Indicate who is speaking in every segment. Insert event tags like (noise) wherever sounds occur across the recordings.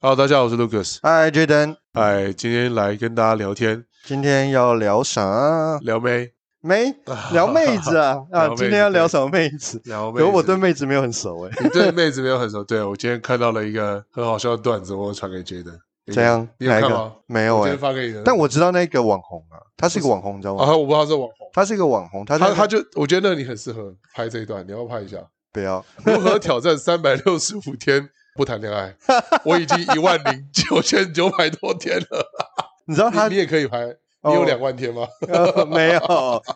Speaker 1: Hello，大家好，我是 Lucas。
Speaker 2: 嗨，Jaden，
Speaker 1: 哎，今天来跟大家聊天，
Speaker 2: 今天要聊啥？
Speaker 1: 聊妹，
Speaker 2: 妹， (laughs) 聊妹子啊
Speaker 1: 聊
Speaker 2: 啊！
Speaker 1: 妹子
Speaker 2: 今天要聊什么妹子？
Speaker 1: (laughs) 聊
Speaker 2: 可
Speaker 1: 妹
Speaker 2: 是
Speaker 1: 子。
Speaker 2: 我对妹子没有很熟哎、
Speaker 1: 你对妹子没有很熟，对我今天看到了一个很好笑的段子，我有传给 J 的。
Speaker 2: 怎样？
Speaker 1: 你有
Speaker 2: 哪一
Speaker 1: 看
Speaker 2: 个
Speaker 1: 吗？？
Speaker 2: 没有
Speaker 1: 我今
Speaker 2: 哎、
Speaker 1: 天发给你的。
Speaker 2: 但我知道那个网红啊，他是一个网红，你知道吗？
Speaker 1: 啊，我不知道这网红，
Speaker 2: 他是一个网红，他在
Speaker 1: 他
Speaker 2: 那
Speaker 1: 他就我觉得你很适合拍这一段，你要不要拍一下？ (laughs)
Speaker 2: 不要，
Speaker 1: 如何挑战三百六十五天不谈恋
Speaker 2: (laughs)
Speaker 1: 爱？我已经一万零九千九百多天了，
Speaker 2: 你知道 (laughs) 他
Speaker 1: 你你也可以拍。你有
Speaker 2: 哦
Speaker 1: 两万天吗？
Speaker 2: 呃没有，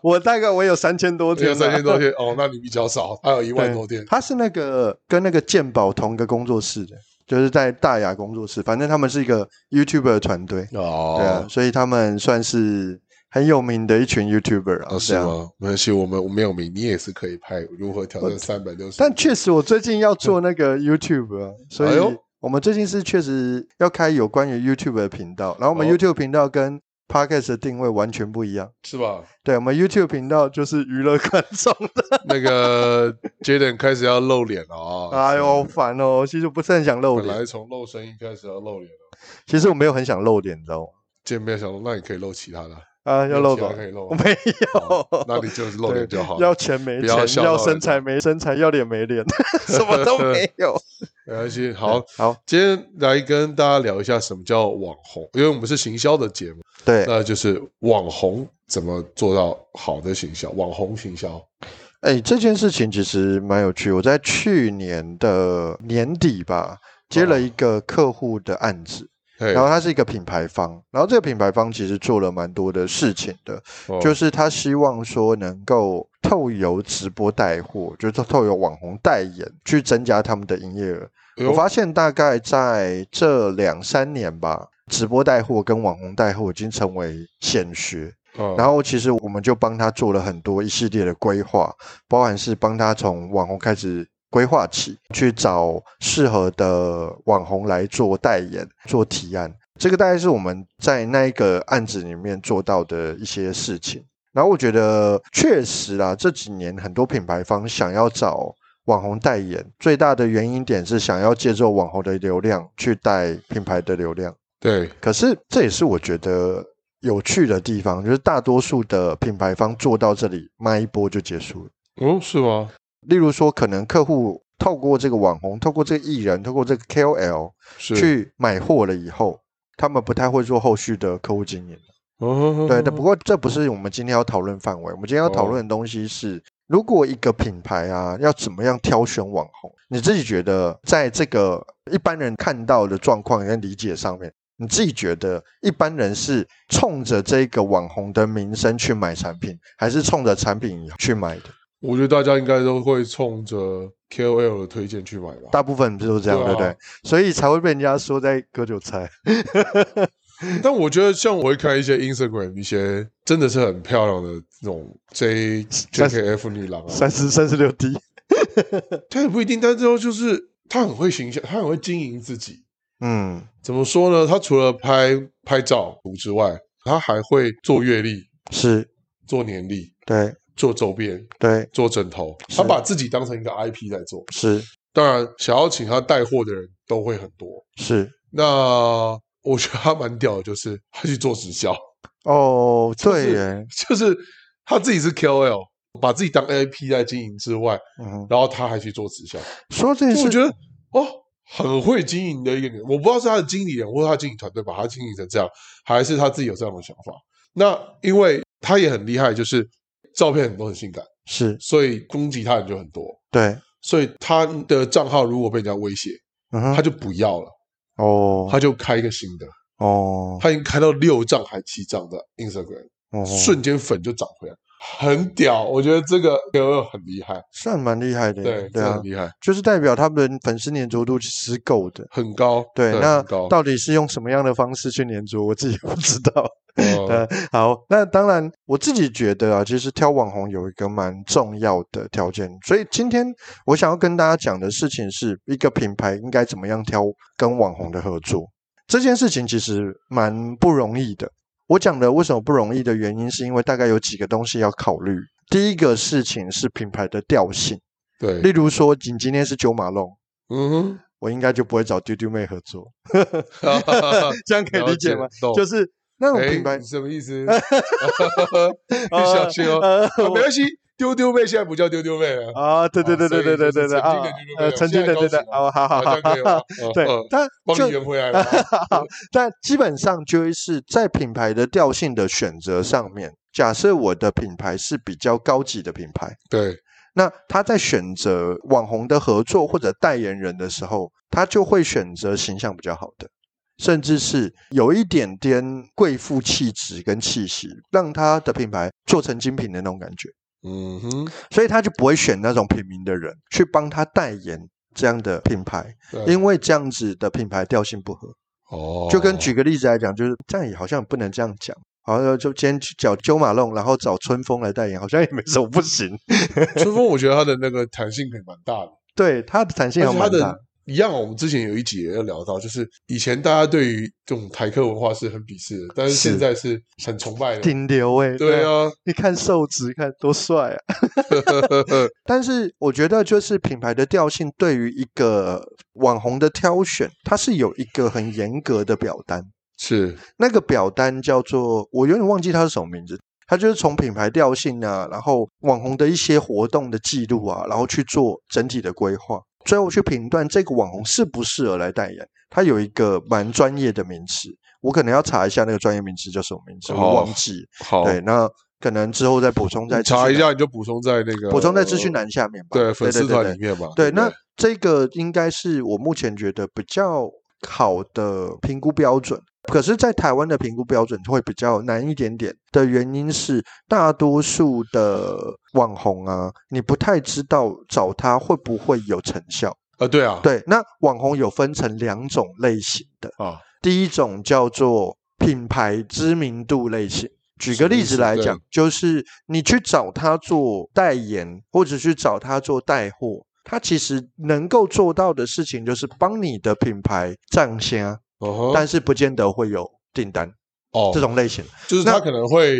Speaker 2: 我大概我有三千多
Speaker 1: 我只有
Speaker 2: 天，
Speaker 1: 三千多。天哦，那你比较少，还有一万多天。
Speaker 2: 他是那个跟那个鉴宝同一个工作室的，就是在大雅工作室，反正他们是一个 YouTuber 的团队，
Speaker 1: 哦
Speaker 2: 对啊，所以他们算是很有名的一群 YouTuber 啊，
Speaker 1: 啊，是
Speaker 2: 对啊
Speaker 1: 吗？没关系，我们我没有名，你也是可以拍如何挑战三百六十。
Speaker 2: 但确实，我最近要做那个 YouTube，啊所
Speaker 1: 哎呦
Speaker 2: 以我们最近是确实要开有关于 YouTube 的频道。然后我们
Speaker 1: 哦
Speaker 2: YouTube 频道跟 Podcast 的定位完全不一样。
Speaker 1: 是吧？
Speaker 2: 对，我们 YouTube 频道就是娱乐观众的。
Speaker 1: (laughs) 那个 Jaden 开始要露脸了啊！
Speaker 2: 哎呦，好烦哦！其实我不是很想露
Speaker 1: 本
Speaker 2: 脸，
Speaker 1: 来从露声音开始要露脸了，
Speaker 2: 其实我没有很想露脸，你知道吗？
Speaker 1: 见面想说那你可以露其他的，
Speaker 2: 啊，要露
Speaker 1: 露
Speaker 2: 什么
Speaker 1: 可以露
Speaker 2: 我，没
Speaker 1: 哦
Speaker 2: 有。
Speaker 1: 那你就是露脸就好
Speaker 2: 要
Speaker 1: 了。
Speaker 2: 钱没
Speaker 1: 不要笑
Speaker 2: 钱，
Speaker 1: 到
Speaker 2: 要
Speaker 1: 人
Speaker 2: 身材没身材，要脸没脸， (laughs) 什么都没有。
Speaker 1: 没关系， (laughs) 好，
Speaker 2: 好，
Speaker 1: 今天来跟大家聊一下什么叫网红，因为我们是行销的节目，
Speaker 2: 对，
Speaker 1: 那就是网红怎么做到好的行销，网红行销。
Speaker 2: 哎，这件事情其实蛮有趣。我在去年的年底吧，接
Speaker 1: 哦
Speaker 2: 了一个客户的案子，
Speaker 1: 嘿
Speaker 2: 然后他是一个品牌方，然后这个品牌方其实做了蛮多的事情的，
Speaker 1: 哦
Speaker 2: 就是他希望说能够透由直播带货，就是透由网红代言去增加他们的营业额。
Speaker 1: 哎呦
Speaker 2: 我发现大概在这两三年吧，直播带货跟网红带货已经成为显学。
Speaker 1: 嗯
Speaker 2: 然后其实我们就帮他做了很多一系列的规划，包含是帮他从网红开始规划起，去找适合的网红来做代言、做提案。这个大概是我们在那一个案子里面做到的一些事情。然后我觉得确实啦，这几年很多品牌方想要找网红代言，最大的原因点是想要借助网红的流量去带品牌的流量。
Speaker 1: 对
Speaker 2: 可是这也是我觉得有趣的地方，就是大多数的品牌方做到这里卖一波就结束了。
Speaker 1: 哦是吗？
Speaker 2: 例如说，可能客户透过这个网红、透过这个艺人、透过这个 KOL
Speaker 1: 是
Speaker 2: 去买货了以后，他们不太会做后续的客户经营。
Speaker 1: 哦
Speaker 2: 对，但不过这不是我们今天要讨论范围。我们今天要讨
Speaker 1: 哦
Speaker 2: 论的东西是，如果一个品牌啊，要怎么样挑选网红？你自己觉得，在这个一般人看到的状况跟理解上面，你自己觉得一般人是冲着这个网红的名声去买产品，还是冲着产品去买的？
Speaker 1: 我觉得大家应该都会冲着 KOL 的推荐去买吧。
Speaker 2: 大部分不是都这样，
Speaker 1: 对啊
Speaker 2: 对不对？所以才会被人家说在割韭菜。
Speaker 1: 但我觉得像我会看一些 Instagram 一些真的是很漂亮的那种 J
Speaker 2: 三十
Speaker 1: JKF 女郎啊，
Speaker 2: 三十三十六 D，
Speaker 1: 她也不一定，但之后就是她很会形象，她很会经营自己。
Speaker 2: 嗯，
Speaker 1: 怎么说呢？她除了拍拍照图之外，她还会做月历、
Speaker 2: 是
Speaker 1: 做年历、
Speaker 2: 对
Speaker 1: 做周边、
Speaker 2: 对
Speaker 1: 做枕头，
Speaker 2: 是
Speaker 1: 她把自己当成一个 IP 在做。
Speaker 2: 是
Speaker 1: 当然，想要请她带货的人都会很多。
Speaker 2: 是
Speaker 1: 那我觉得他蛮屌的，就是他去做直销， (laughs)
Speaker 2: 哦，
Speaker 1: 是
Speaker 2: 对耶，
Speaker 1: 就是他自己是 KOL，把自己当 AP 在经营之外，
Speaker 2: 嗯哼。
Speaker 1: 然后他还去做直销，
Speaker 2: 说这件
Speaker 1: 就我
Speaker 2: 事，
Speaker 1: 觉得哦，很会经营的一个人。我不知道是他的经理人或者他经营团队把他经营成这样，还是他自己有这样的想法。那因为他也很厉害，就是照片很多很性感，
Speaker 2: 是
Speaker 1: 所以攻击他的人就很多。
Speaker 2: 对，
Speaker 1: 所以他的账号如果被人家威胁，
Speaker 2: 嗯
Speaker 1: 他
Speaker 2: 哼，
Speaker 1: 就不要了，
Speaker 2: 哦
Speaker 1: 他就开一个新的。
Speaker 2: 哦
Speaker 1: 他已经开到六账还七账的 Instagram，、
Speaker 2: 哦，
Speaker 1: 瞬间粉就涨回来，很屌。我觉得这个 KOL 很厉害，
Speaker 2: 算蛮厉害的耶，
Speaker 1: 对，真的
Speaker 2: 啊
Speaker 1: 很，厉害，
Speaker 2: 就是代表他们粉丝粘着度其实是够的。
Speaker 1: 很高，
Speaker 2: 对，那
Speaker 1: 很高。
Speaker 2: 到底是用什么样的方式去粘着，我自己也不知道。
Speaker 1: 呃
Speaker 2: 呃，好，那当然，我自己觉得啊，其实挑网红有一个蛮重要的条件，所以今天我想要跟大家讲的事情是一个品牌应该怎么样挑跟网红的合作。这件事情其实蛮不容易的。我讲的为什么不容易的原因，是因为大概有几个东西要考虑。第一个事情是品牌的调性，
Speaker 1: 对
Speaker 2: 例，如说，你今天是九马龙，
Speaker 1: 嗯哼，
Speaker 2: 我应该就不会找丢丢妹合作，
Speaker 1: 哈哈哈
Speaker 2: (laughs) 这 (laughs) 样可以理解吗？？
Speaker 1: 懂
Speaker 2: 就是那种
Speaker 1: 哎，
Speaker 2: 品牌
Speaker 1: 你，什么意
Speaker 2: (laughs)
Speaker 1: 思？ (laughs) 你小心哦，
Speaker 2: 呃，
Speaker 1: 啊没
Speaker 2: 我
Speaker 1: 关系，丢丢妹现在不叫丢丢妹
Speaker 2: (laughs)
Speaker 1: 了，
Speaker 2: 啊，对对对对对对对对啊，呃，曾经的对对，哦，好
Speaker 1: 好
Speaker 2: 好好
Speaker 1: 像可以了
Speaker 2: 好
Speaker 1: 吧，。嗯
Speaker 2: (laughs) 对
Speaker 1: 嗯，
Speaker 2: 但
Speaker 1: 帮
Speaker 2: 就
Speaker 1: 你圆回来了。
Speaker 2: 但基本上就会是在品牌的调性的选择上面，假设我的品牌是比较高级的品牌，
Speaker 1: 对，
Speaker 2: 那他在选择网红的合作或者代言人的时候，他就会选择形象比较好的，甚至是有一点点贵妇气质跟气息，让他的品牌做成精品的那种感觉。
Speaker 1: 嗯哼，
Speaker 2: 所以他就不会选那种平民的人去帮他代言这样的品牌，
Speaker 1: 对
Speaker 2: 因为这样子的品牌调性不合。
Speaker 1: 哦，
Speaker 2: 就跟举个例子来讲，就是这样也好像不能这样讲。好像就今天去找九马龙，然后找春风来代言，好像也没什么不行。
Speaker 1: (laughs) 春风，我觉得他的那个弹性可以蛮大的，
Speaker 2: 对，它的弹性
Speaker 1: 而
Speaker 2: 还
Speaker 1: 且他
Speaker 2: 蛮大
Speaker 1: 的。一样，我们之前有一集也有聊到，就是以前大家对于这种台客文化是很鄙视的，但是
Speaker 2: 是
Speaker 1: 现在是很崇拜的。
Speaker 2: 顶流哎、
Speaker 1: 对，啊，
Speaker 2: 你看瘦子，看多帅
Speaker 1: (laughs)
Speaker 2: 啊！但是我觉得，就是品牌的调性对于一个网红的挑选，它是有一个很严格的表单。
Speaker 1: 是
Speaker 2: 那个表单叫做，我有点忘记它是什么名字。它就是从品牌调性啊，然后网红的一些活动的记录啊，然后去做整体的规划，最后去评断这个网红适不适合来代言。它有一个蛮专业的名词，我可能要查一下那个专业名词叫什么名字，我
Speaker 1: 哦
Speaker 2: 忘记。
Speaker 1: 好
Speaker 2: 对，那可能之后再补充在
Speaker 1: 你查一
Speaker 2: 资讯栏，
Speaker 1: 下，你就补充在那个
Speaker 2: 补充在资讯栏下面吧。
Speaker 1: 对粉丝
Speaker 2: 对对
Speaker 1: 团里面嘛。
Speaker 2: 对，
Speaker 1: 不
Speaker 2: 那这个应该是我目前觉得比较好的评估标准。可是，在台湾的评估标准会比较难一点点的原因是，大多数的网红啊，你不太知道找他会不会有成效。
Speaker 1: 啊，对啊，
Speaker 2: 对，那网红有分成两种类型的，
Speaker 1: 啊，
Speaker 2: 第一种叫做品牌知名度类型。举个例子来
Speaker 1: 什么意
Speaker 2: 讲，就是你去找他做代言，或者去找他做带货，他其实能够做到的事情就是帮你的品牌涨虾，
Speaker 1: 哦哼
Speaker 2: 但是不见得会有订单
Speaker 1: 哦，
Speaker 2: 这种类型。
Speaker 1: 就是
Speaker 2: 那
Speaker 1: 他可能会，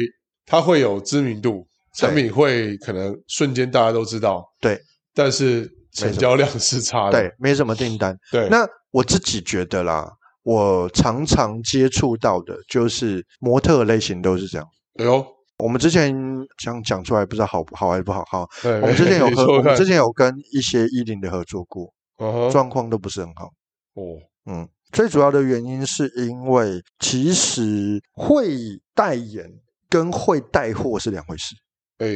Speaker 1: 他会有知名度，产品会可能瞬间大家都知道，
Speaker 2: 对，
Speaker 1: 但是成交量是差的，
Speaker 2: 对，没什么订单。
Speaker 1: 对，
Speaker 2: 那我自己觉得啦，我常常接触到的就是模特类型都是这样。
Speaker 1: 哎呦，
Speaker 2: 我们之前这样讲出来，不知道好不好还是不好。好，
Speaker 1: 对，
Speaker 2: 我们之前
Speaker 1: (laughs)
Speaker 2: 有
Speaker 1: 你
Speaker 2: 和
Speaker 1: 说
Speaker 2: 我们
Speaker 1: 看
Speaker 2: 之前有跟一些一零的合作过，
Speaker 1: 嗯哼
Speaker 2: 状况都不是很好。
Speaker 1: 哦，
Speaker 2: 嗯，最主要的原因是因为其实会代言跟会带货是两回事。
Speaker 1: 哎，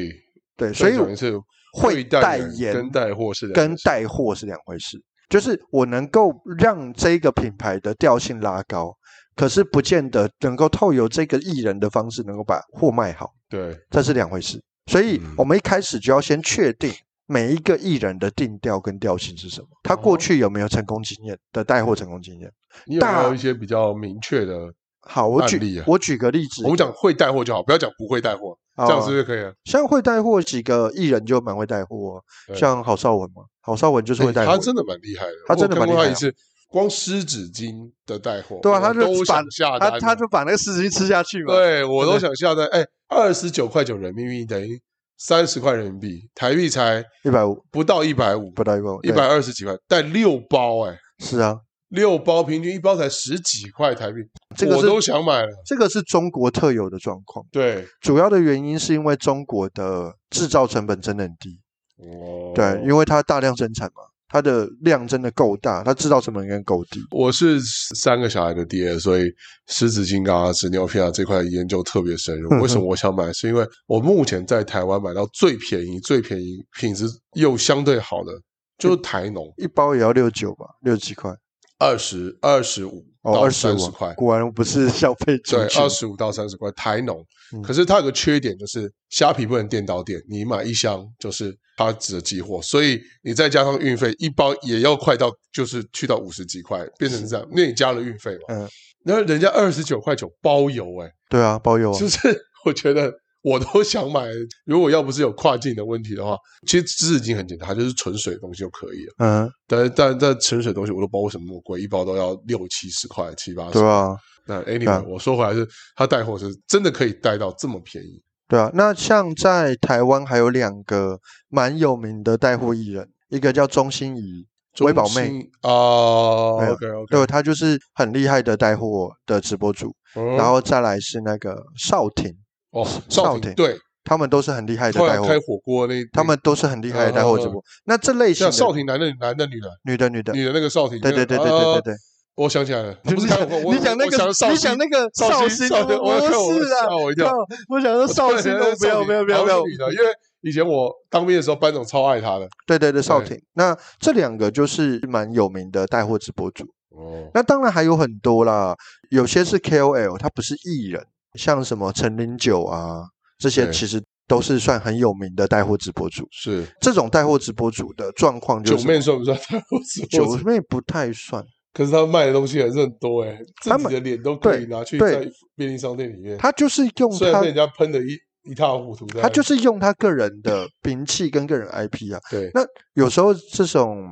Speaker 2: 对，所以
Speaker 1: 再讲一次，
Speaker 2: 会代
Speaker 1: 代
Speaker 2: 言
Speaker 1: 跟带货是两
Speaker 2: 跟
Speaker 1: 回事
Speaker 2: 带货是两回事。就是我能够让这个品牌的调性拉高，可是不见得能够透由这个艺人的方式能够把货卖好。
Speaker 1: 对，
Speaker 2: 这是两回事。所以
Speaker 1: 嗯
Speaker 2: 我们一开始就要先确定每一个艺人的定调跟调性是什么，他
Speaker 1: 哦
Speaker 2: 过去有没有成功经验的带货成功经验。
Speaker 1: 你有没
Speaker 2: 大
Speaker 1: 有一些比较明确的？
Speaker 2: 好，我
Speaker 1: 案例
Speaker 2: 举
Speaker 1: 啊
Speaker 2: 我举个例子，
Speaker 1: 我们讲会带货就好，不要讲不会带货，
Speaker 2: 这
Speaker 1: 这样是不是可以了？
Speaker 2: 像会带货几个艺人就蛮会带货啊，
Speaker 1: 对
Speaker 2: 像郝邵文嘛，郝邵文就是会带
Speaker 1: 哎
Speaker 2: 货，
Speaker 1: 他真的蛮厉害的，
Speaker 2: 他真
Speaker 1: 我
Speaker 2: 的
Speaker 1: 有
Speaker 2: 蛮
Speaker 1: 看
Speaker 2: 厉
Speaker 1: 过
Speaker 2: 害
Speaker 1: 他
Speaker 2: 啊
Speaker 1: 一次，光湿纸巾的带货，
Speaker 2: 对啊
Speaker 1: 我
Speaker 2: 他就
Speaker 1: 都
Speaker 2: 把
Speaker 1: 想下
Speaker 2: 他
Speaker 1: 单，
Speaker 2: 他就把那个四十一吃下去嘛。
Speaker 1: 对我
Speaker 2: 对
Speaker 1: 都想下单。哎，二十九块九人民币等于三十块人民币，台币才
Speaker 2: 150
Speaker 1: 不到一百五，
Speaker 2: 不到一百五，
Speaker 1: 一
Speaker 2: 对
Speaker 1: 百二十几块，带六包哎、
Speaker 2: 是啊，
Speaker 1: 六包平均一包才十几块台币，
Speaker 2: 这个
Speaker 1: 我
Speaker 2: 是
Speaker 1: 都想买了。
Speaker 2: 这个是中国特有的状况，
Speaker 1: 对，
Speaker 2: 主要的原因是因为中国的制造成本真的很低，
Speaker 1: 哦
Speaker 2: 对，因为它大量生产嘛，它的量真的够大，它制造成本应该够低。
Speaker 1: 我是三个小孩的爹，所以湿纸巾啊、纸尿片啊这块研究特别
Speaker 2: (laughs)
Speaker 1: 深入。为什么我想买？是因为我目前在台湾买到最便宜、最便宜、品质又相对好的，就是台农
Speaker 2: 一包也要六九吧，六几块
Speaker 1: 二十二十五
Speaker 2: 哦，
Speaker 1: 到
Speaker 2: 二十
Speaker 1: 三十
Speaker 2: 五
Speaker 1: 块，
Speaker 2: 果然不是消费
Speaker 1: 对
Speaker 2: 族，群
Speaker 1: 二。十五到三十块台农
Speaker 2: 嗯。
Speaker 1: 可是它有个缺点，就是虾皮不能店到店，你买一箱就是它只能寄货，所以你再加上运费，一包也要快到就是去到五十几块，变成这样，因为你加了运费嘛。
Speaker 2: 嗯
Speaker 1: 嗯，那人家二十九块九包邮、欸，
Speaker 2: 对啊，包邮啊，
Speaker 1: 就是 (laughs) 我觉得我都想买。如果要不是有跨境的问题的话，其实湿纸巾很简单，它就是纯水的东西就可以了。
Speaker 2: 嗯，
Speaker 1: 但是但但纯水的东西我都不知道为什么那么贵，一包都要六七十块、七八十
Speaker 2: 对。啊，
Speaker 1: 那
Speaker 2: 啊
Speaker 1: anyway，我说回来是，他带货是真的可以带到这么便宜
Speaker 2: 对啊。那像在台湾还有两个蛮有名的带货艺人，一个叫钟欣怡，
Speaker 1: 就
Speaker 2: 微
Speaker 1: 吴
Speaker 2: 宝妹
Speaker 1: 昕哦，OK OK，
Speaker 2: 对，他就是很厉害的带货的直播主，然后再来是那个少廷，
Speaker 1: 哦，
Speaker 2: 少
Speaker 1: 少
Speaker 2: 廷
Speaker 1: 廷对，
Speaker 2: 他们都是很厉害的
Speaker 1: 后来
Speaker 2: 带货，
Speaker 1: 开火锅那嗯
Speaker 2: 他们都是很厉害的带货直播。那这类型
Speaker 1: 像
Speaker 2: 的
Speaker 1: 少廷男的男的女的
Speaker 2: 女的女的，
Speaker 1: 女的那个少廷，啊
Speaker 2: 对对对对对对对，
Speaker 1: 我想起来了，
Speaker 2: (laughs) 你
Speaker 1: 不是开火呃锅，我
Speaker 2: 你讲那
Speaker 1: 我想
Speaker 2: 个，
Speaker 1: 绍
Speaker 2: 你
Speaker 1: 兴
Speaker 2: 讲那个
Speaker 1: 绍
Speaker 2: 绍
Speaker 1: 兴
Speaker 2: 兴，
Speaker 1: 绍兴
Speaker 2: 不
Speaker 1: 我要看我
Speaker 2: 是啊，
Speaker 1: 吓我一
Speaker 2: (laughs)
Speaker 1: 跳
Speaker 2: 靠，我想说
Speaker 1: (laughs)
Speaker 2: 绍兴，
Speaker 1: 对
Speaker 2: 我不要不要不要
Speaker 1: 好
Speaker 2: 不要
Speaker 1: 像是，女的，因为以前我当兵的时候，班长超爱她的。
Speaker 2: 对对对，少
Speaker 1: 对
Speaker 2: 廷。那这两个就是蛮有名的带货直播主，
Speaker 1: 哦，
Speaker 2: 那当然还有很多啦，有些是 KOL，他不是艺人，像什么陈零九啊，这些
Speaker 1: 对
Speaker 2: 其实都是算很有名的带货直播主。
Speaker 1: 是
Speaker 2: 这种带货直播主的状况就
Speaker 1: 九
Speaker 2: 是
Speaker 1: 妹算不算 (laughs) 带货直
Speaker 2: 九
Speaker 1: 播？
Speaker 2: 妹不太算，
Speaker 1: 可是她卖的东西还是很多哎，自
Speaker 2: 她
Speaker 1: 己
Speaker 2: 们
Speaker 1: 的脸都可以
Speaker 2: 对
Speaker 1: 拿去
Speaker 2: 对
Speaker 1: 在便利商店里面，
Speaker 2: 他就是用
Speaker 1: 虽然
Speaker 2: 他
Speaker 1: 被人家喷的一一塌糊涂，
Speaker 2: 他就是是用他个人的名气跟个人 IP 啊。
Speaker 1: 对
Speaker 2: 那有时候这种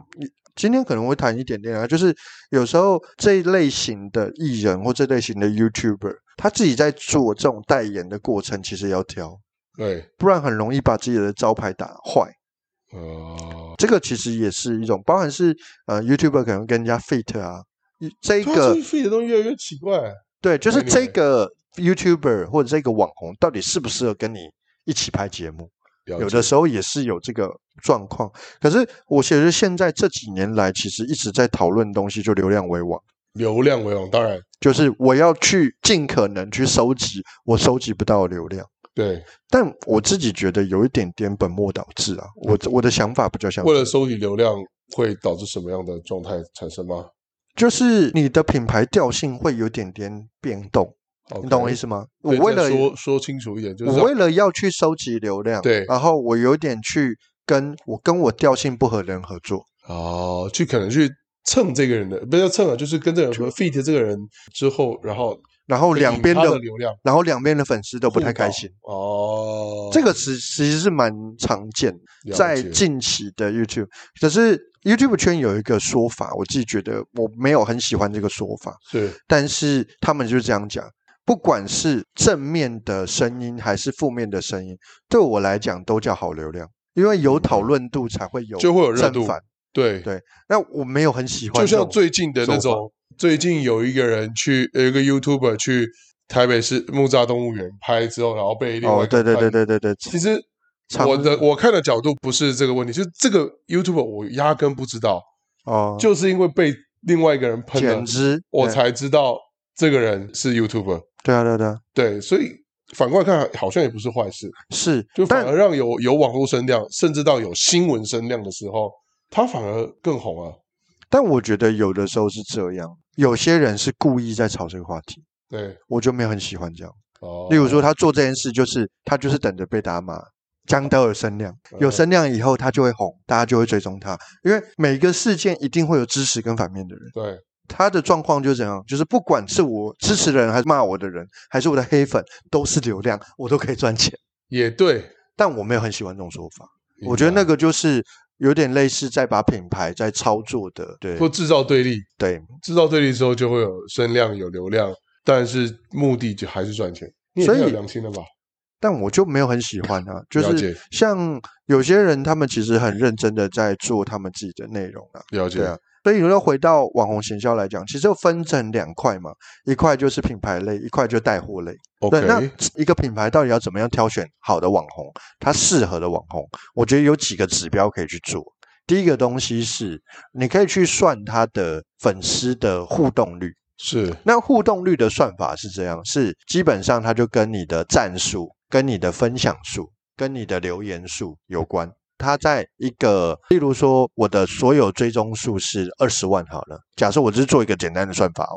Speaker 2: 今天可能会谈一点点啊，就是有时候这一类型的艺人或这类型的 YouTuber，他自己在做这种代言的过程，其实要挑。
Speaker 1: 对，
Speaker 2: 不然很容易把自己的招牌打坏。
Speaker 1: 呃，
Speaker 2: 这个其实也是一种，包含是呃，YouTuber 可能跟人家 fit 啊，一这
Speaker 1: 他
Speaker 2: 个
Speaker 1: 这费的东西越来越奇怪。啊
Speaker 2: 对，就是
Speaker 1: anyway
Speaker 2: 这个 YouTuber 或者这个网红到底适不适合跟你一起拍节目，有的时候也是有这个状况。可是我觉得现在这几年来，其实一直在讨论的东西，就流量为王。
Speaker 1: 候流量为王，当然
Speaker 2: 就是我要去尽可能去收集我收集不到的流量，
Speaker 1: 对，
Speaker 2: 但我自己觉得有一点点本末倒置啊。我我的想法比较像
Speaker 1: 嗯为了收集流量会导致什么样的状态产生吗？
Speaker 2: 就是你的品牌调性会有点点变动，你懂我意
Speaker 1: 思？
Speaker 2: 思吗？
Speaker 1: 所
Speaker 2: 我
Speaker 1: 以
Speaker 2: 为
Speaker 1: 再
Speaker 2: 了
Speaker 1: 说说清楚一点，就是
Speaker 2: 我为了要去收集流量，
Speaker 1: 对
Speaker 2: 然后我有点去跟我跟我调性不合的人合作，
Speaker 1: 哦，去可能去蹭这个人的，不是蹭啊，就是跟这个人 feed 这个人之后，然后
Speaker 2: 然后两边
Speaker 1: 引他
Speaker 2: 的
Speaker 1: 的流量
Speaker 2: 然后两边的粉丝都不太开心。
Speaker 1: 哦，
Speaker 2: 这个其其实是蛮常见的，
Speaker 1: 了
Speaker 2: 在
Speaker 1: 解
Speaker 2: 近期的 YouTube，可是 YouTube 圈有一个说法，我自己觉得我没有很喜欢这个说法，
Speaker 1: 是
Speaker 2: 但是他们就是这样讲，不管是正面的声音还是负面的声音，对我来讲都叫好流量，因为有讨论度才会
Speaker 1: 嗯
Speaker 2: 有
Speaker 1: 就会有热
Speaker 2: 正
Speaker 1: 度
Speaker 2: 反。
Speaker 1: 对
Speaker 2: 对那我没有很喜欢
Speaker 1: 就
Speaker 2: 这种，
Speaker 1: 像最近的那
Speaker 2: 手法
Speaker 1: 种，最近有一个人去，有一个 YouTuber 去台北市木栅动物园拍之后，然后被另外
Speaker 2: 哦，
Speaker 1: 一个
Speaker 2: 对对对
Speaker 1: 判，
Speaker 2: 对对对，
Speaker 1: 其实
Speaker 2: 常
Speaker 1: 我的我看的角度不是这个问题，就是这个 YouTuber 我压根不知道，
Speaker 2: 哦，
Speaker 1: 就是因为被另外一个人喷了
Speaker 2: 简，直
Speaker 1: 我
Speaker 2: 对
Speaker 1: 才知道这个人是 YouTuber。
Speaker 2: 对啊对啊对啊，
Speaker 1: 对，所以反过来看，好像也不是坏事，
Speaker 2: 是
Speaker 1: 就，反
Speaker 2: 但
Speaker 1: 而让有有网络声量，甚至到有新闻声量的时候，他反而更红啊。
Speaker 2: 但我觉得有的时候是这样，有些人是故意在炒这个话题，
Speaker 1: 对，
Speaker 2: 我就没有很喜欢这样。
Speaker 1: 哦，
Speaker 2: 例如说，他做这件事就是他就是等着被打码。江德尔声量有声量以后，他就会红，大家就会追踪他。因为每个事件一定会有支持跟反面的人，
Speaker 1: 对，
Speaker 2: 他的状况就这样，就是不管是我支持的人，还是骂我的人，还是我的黑粉，都是流量，我都可以赚钱。
Speaker 1: 也对，
Speaker 2: 但我没有很喜欢这种说法，我觉得那个就是有点类似在把品牌在操作的，对
Speaker 1: 会制造对立，
Speaker 2: 对，
Speaker 1: 制造对立之后就会有声量、有流量，但是目的就还是赚钱。你也
Speaker 2: 所
Speaker 1: 太有
Speaker 2: 以
Speaker 1: 良心了吧？
Speaker 2: 但我就没有很喜欢啊，就
Speaker 1: 了
Speaker 2: 是
Speaker 1: 解
Speaker 2: 像有些人他们其实很认真的在做他们自己的内容啊，
Speaker 1: 了解
Speaker 2: 对，啊。所以，要回到网红行销来讲，其实又分成两块嘛，一块就是品牌类，一块就带货类。
Speaker 1: OK，
Speaker 2: 对，那一个品牌到底要怎么样挑选好的网红，它适合的网红，我觉得有几个指标可以去做。第一个东西是，你可以去算他的粉丝的互动率。
Speaker 1: 是
Speaker 2: 那互动率的算法是这样，是基本上它就跟你的赞数、跟你的分享数、跟你的留言数有关。它在一个，例如说我的所有追踪数是二十万好了，假设我只是做一个简单的算法哦，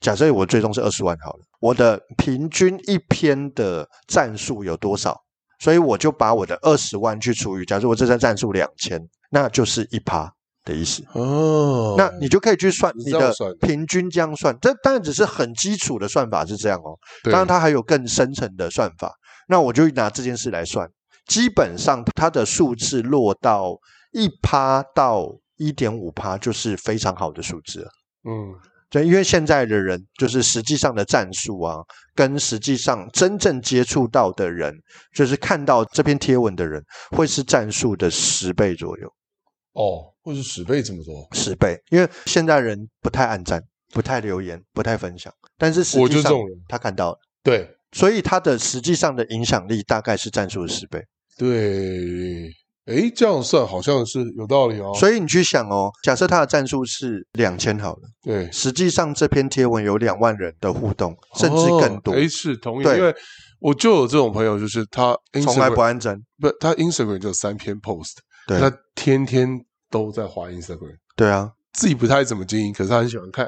Speaker 2: 假设我追踪是二十万好了，我的平均一篇的赞数有多少？所以我就把我的二十万去除以，假设我这张赞数两千，那就是一趴的意思。
Speaker 1: 哦，
Speaker 2: 那你就可以去算
Speaker 1: 你
Speaker 2: 你
Speaker 1: 这样
Speaker 2: 的
Speaker 1: 算
Speaker 2: 平均这样算，这当然只是很基础的算法是这样哦。
Speaker 1: 对
Speaker 2: 当然它还有更深层的算法。那我就拿这件事来算，基本上它的数字落到一趴到一点五趴，就是非常好的数字了。
Speaker 1: 嗯，
Speaker 2: 对，因为现在的人就是实际上的战术啊，跟实际上真正接触到的人，就是看到这篇贴文的人，会是战术的十倍左右。
Speaker 1: 哦，或是十倍这么多。
Speaker 2: 十倍，因为现在人不太按赞、不太留言、不太分享，但是实
Speaker 1: 我就这
Speaker 2: 际上
Speaker 1: 种人
Speaker 2: 他看到了，
Speaker 1: 对
Speaker 2: 所以他的实际上的影响力大概是战术的十倍。
Speaker 1: 对，诶，这样算好像是有道理哦。以
Speaker 2: 所以你去想哦，假设他的战术是两千好了，
Speaker 1: 对，
Speaker 2: 实际上这篇贴文有两万人的互动，甚至更多，
Speaker 1: 哎、诶是同意，
Speaker 2: 对
Speaker 1: 因为我就有这种朋友，就是他
Speaker 2: 从来
Speaker 1: Instagram
Speaker 2: 不按赞。
Speaker 1: 不，他 Instagram 就有三篇 post，
Speaker 2: 对
Speaker 1: 他天天都在滑 Instagram，
Speaker 2: 对啊，
Speaker 1: 自己不太怎么经营，可是他很喜欢看，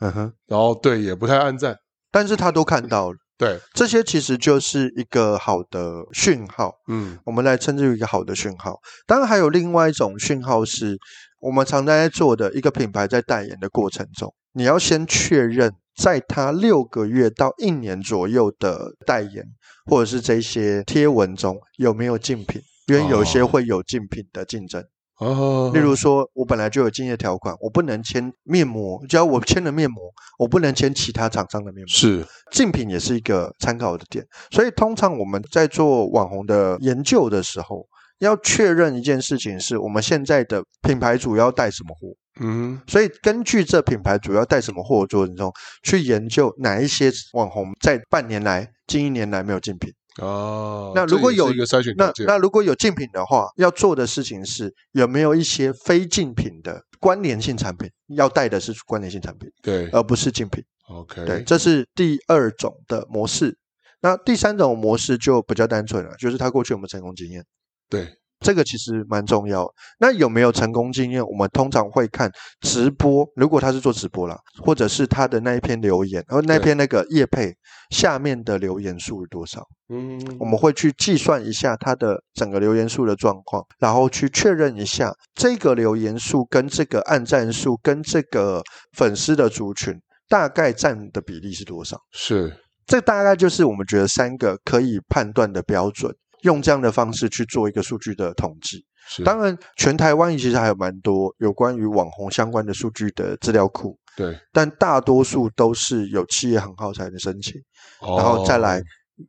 Speaker 2: 嗯哼，
Speaker 1: 然后对也不太按赞，
Speaker 2: 但是他都看到了，
Speaker 1: 对，
Speaker 2: 这些其实就是一个好的讯号。
Speaker 1: 嗯，
Speaker 2: 我们来称之为一个好的讯号。当然，还有另外一种讯号是，我们常在做的一个品牌在代言的过程中，你要先确认，在它六个月到一年左右的代言，或者是这些贴文中有没有竞品。因为有些
Speaker 1: 哦
Speaker 2: 会有竞品的竞争，
Speaker 1: 啊，
Speaker 2: 例如说，我本来就有竞业条款，我不能签面膜，只要我签了面膜，我不能签其他厂商的面膜。
Speaker 1: 是
Speaker 2: 竞品也是一个参考的点。所以通常我们在做网红的研究的时候，要确认一件事情是我们现在的品牌主要带什么货。
Speaker 1: 嗯，
Speaker 2: 所以根据这品牌主要带什么货的过程中，去研究哪一些网红在半年来、近一年来没有竞品。
Speaker 1: 啊，
Speaker 2: 那如果
Speaker 1: 这也
Speaker 2: 有
Speaker 1: 是一个筛选
Speaker 2: 那
Speaker 1: 条件，
Speaker 2: 那如果有竞品的话，要做的事情是有没有一些非竞品的关联性产品，要带的是关联性产品，
Speaker 1: 对
Speaker 2: 而不是竞品。
Speaker 1: ，OK，
Speaker 2: 呃对，这是第二种的模式。那第三种模式就比较单纯了，就是他过去有没有成功经验，
Speaker 1: 对，
Speaker 2: 这个其实蛮重要。那有没有成功经验，我们通常会看直播，如果他是做直播啦，或者是他的那一篇留言，然后那
Speaker 1: 对
Speaker 2: 篇那个业配下面的留言数是多少，
Speaker 1: 嗯，
Speaker 2: 我们会去计算一下他的整个留言数的状况，然后去确认一下这个留言数跟这个按赞数跟这个粉丝的族群大概占的比例是多少。
Speaker 1: 是
Speaker 2: 这大概就是我们觉得三个可以判断的标准，用这样的方式去做一个数据的统计。
Speaker 1: 是，
Speaker 2: 当然，全台湾其实还有蛮多有关于网红相关的数据的资料库，
Speaker 1: 对，
Speaker 2: 但大多数都是有企业行号才能申请，然后再来
Speaker 1: 哦，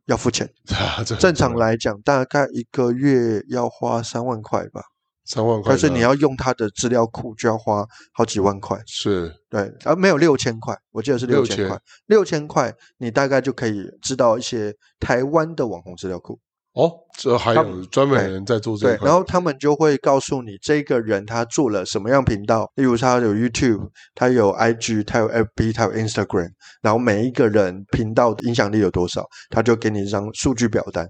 Speaker 2: 要付钱。
Speaker 1: (laughs) 这很
Speaker 2: 正常
Speaker 1: 多
Speaker 2: 来讲，大概一个月要花三万块吧，
Speaker 1: 三万块
Speaker 2: 但
Speaker 1: 的，
Speaker 2: 是你要用它的资料库就要花好几万块。
Speaker 1: 是
Speaker 2: 对，而没有六千块，我记得是六千
Speaker 1: 6000
Speaker 2: 块，六千块你大概就可以知道一些台湾的网红资料库，
Speaker 1: 哦，这还
Speaker 2: 他
Speaker 1: 有专门
Speaker 2: 对
Speaker 1: 人在做这
Speaker 2: 对
Speaker 1: 一，块，
Speaker 2: 然后他们就会告诉你这个人他做了什么样频道，例如他有 YouTube，他有 IG，他有 FB，他有 Instagram，然后每一个人频道的影响力有多少，他就给你一张数据表单。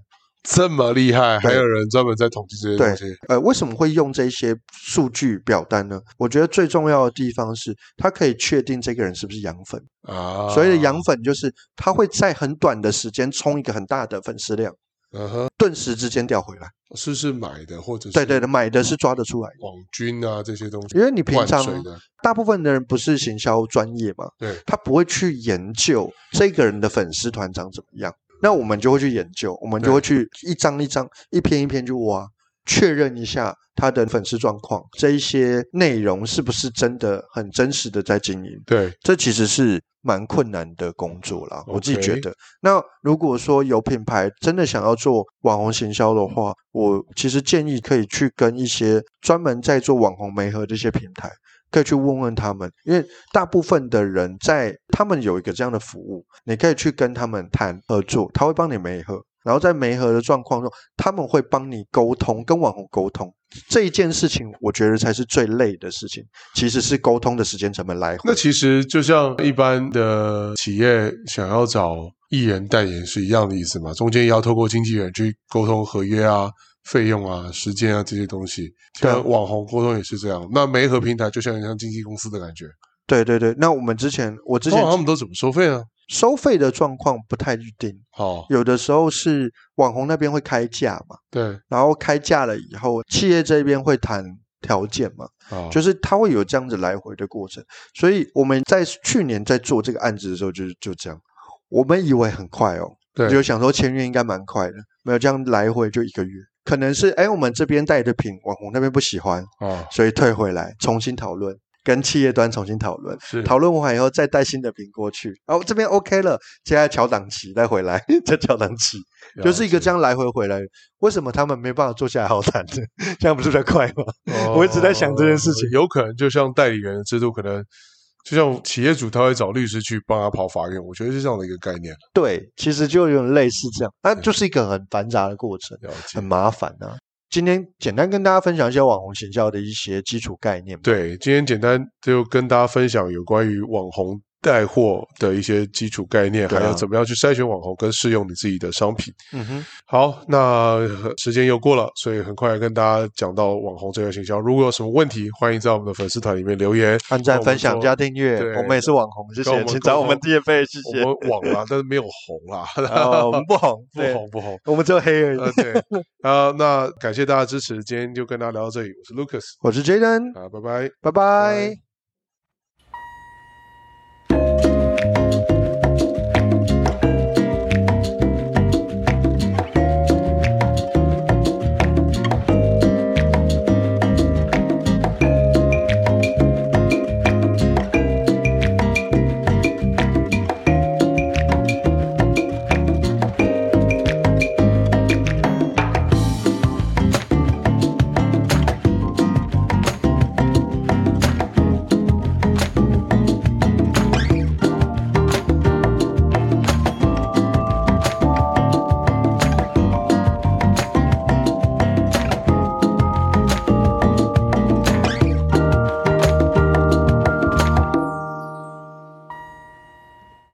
Speaker 1: 这么厉害，还
Speaker 2: 对
Speaker 1: 有人专门在统计这些
Speaker 2: 对
Speaker 1: 东西，
Speaker 2: 呃，为什么会用这些数据表单呢？我觉得最重要的地方是，它可以确定这个人是不是养粉。
Speaker 1: 啊，
Speaker 2: 所谓的养粉就是他会在很短的时间冲一个很大的粉丝量，
Speaker 1: 嗯哼，
Speaker 2: 顿时之间掉回来。
Speaker 1: 是是买的或者是
Speaker 2: 对对的，买的是抓得出来的，
Speaker 1: 网军啊这些东西，
Speaker 2: 因为你平
Speaker 1: 灌
Speaker 2: 常
Speaker 1: 水的
Speaker 2: 大部分的人不是行销专业嘛，
Speaker 1: 对
Speaker 2: 他不会去研究这个人的粉丝团长怎么样。那我们就会去研究，我们就会去一张一张、一篇一篇去挖，确认一下他的粉丝状况，这一些内容是不是真的很真实的在经营。
Speaker 1: 对
Speaker 2: 这其实是蛮困难的工作啦，我自己觉
Speaker 1: OK
Speaker 2: 得。那如果说有品牌真的想要做网红行销的话，我其实建议可以去跟一些专门在做网红媒合这些平台。可以去问问他们，因为大部分的人在他们有一个这样的服务，你可以去跟他们谈合作，他会帮你媒合，然后在媒合的状况中，他们会帮你沟通，跟网红沟通这一件事情，我觉得才是最累的事情，其实是沟通的时间成本来回。
Speaker 1: 那其实就像一般的企业想要找艺人代言是一样的意思嘛，中间也要透过经纪人去沟通合约啊、费用啊、时间啊这些东西。
Speaker 2: 对啊
Speaker 1: 像网红沟通也是这样，那媒合平台就像像经纪公司的感觉，
Speaker 2: 对对对，那我们之前我之
Speaker 1: 通
Speaker 2: 前
Speaker 1: 常他们都怎么收费呢？
Speaker 2: 收费的状况不太一定，
Speaker 1: 好、
Speaker 2: 有的时候是网红那边会开价嘛，
Speaker 1: 对，
Speaker 2: 然后开价了以后，企业这边会谈条件嘛，
Speaker 1: 好，
Speaker 2: 就是它会有这样子来回的过程。所以我们在去年在做这个案子的时候，就是就这样，我们以为很快哦，
Speaker 1: 对，
Speaker 2: 就想说签约应该蛮快的，没有这样来回就一个月，可能是哎我们这边带的品，网红那边不喜欢，
Speaker 1: 啊，
Speaker 2: 所以退回来重新讨论。跟企业端重新讨论，
Speaker 1: 是
Speaker 2: 讨论完以后再带新的饼过去，然后这边 OK 了，接下来调档期再回来， (laughs) 再调档期，就是一个这样来回回来。为什么他们没办法坐下来好谈 (laughs) 呢？这样不是比较快吗？
Speaker 1: 哦
Speaker 2: (laughs) 我一直在想这件事情
Speaker 1: 有可能就像代理人的制度，可能就像企业主他会找律师去帮他跑法院，我觉得是这样的一个概念。
Speaker 2: 对，其实就有点类似这样，那就是一个很繁杂的过程。
Speaker 1: 了解
Speaker 2: 很。麻烦啊呐、今天简单跟大家分享一些网红行销的一些基础概念。，
Speaker 1: 对，今天简单就跟大家分享有关于网红带货的一些基础概念，
Speaker 2: 对啊
Speaker 1: 还有怎么样去筛选网红跟试用你自己的商品。
Speaker 2: 嗯哼，
Speaker 1: 好，那呃时间又过了，所以很快跟大家讲到网红这个行销。如果有什么问题，欢迎在我们的粉丝团里面留言，
Speaker 2: 按赞、分享、
Speaker 1: 跟我们说
Speaker 2: 加订阅
Speaker 1: 对，
Speaker 2: 我们也是网红，谢
Speaker 1: 跟我
Speaker 2: 谢，
Speaker 1: 们
Speaker 2: 请找我们
Speaker 1: 沟通
Speaker 2: 叶飞，谢
Speaker 1: 我
Speaker 2: 谢。
Speaker 1: 们网啦，但是没有红啦，
Speaker 2: (laughs) 啊， (laughs) 我们不红，
Speaker 1: 不
Speaker 2: 对，
Speaker 1: 红不红。
Speaker 2: 我们只有黑而
Speaker 1: 呃
Speaker 2: 已。，
Speaker 1: 对，啊，那感谢大家支持，今天就跟大家聊到这里，我是 Lucas，
Speaker 2: 我是 Jaden，
Speaker 1: 啊，拜拜。拜
Speaker 2: 拜拜。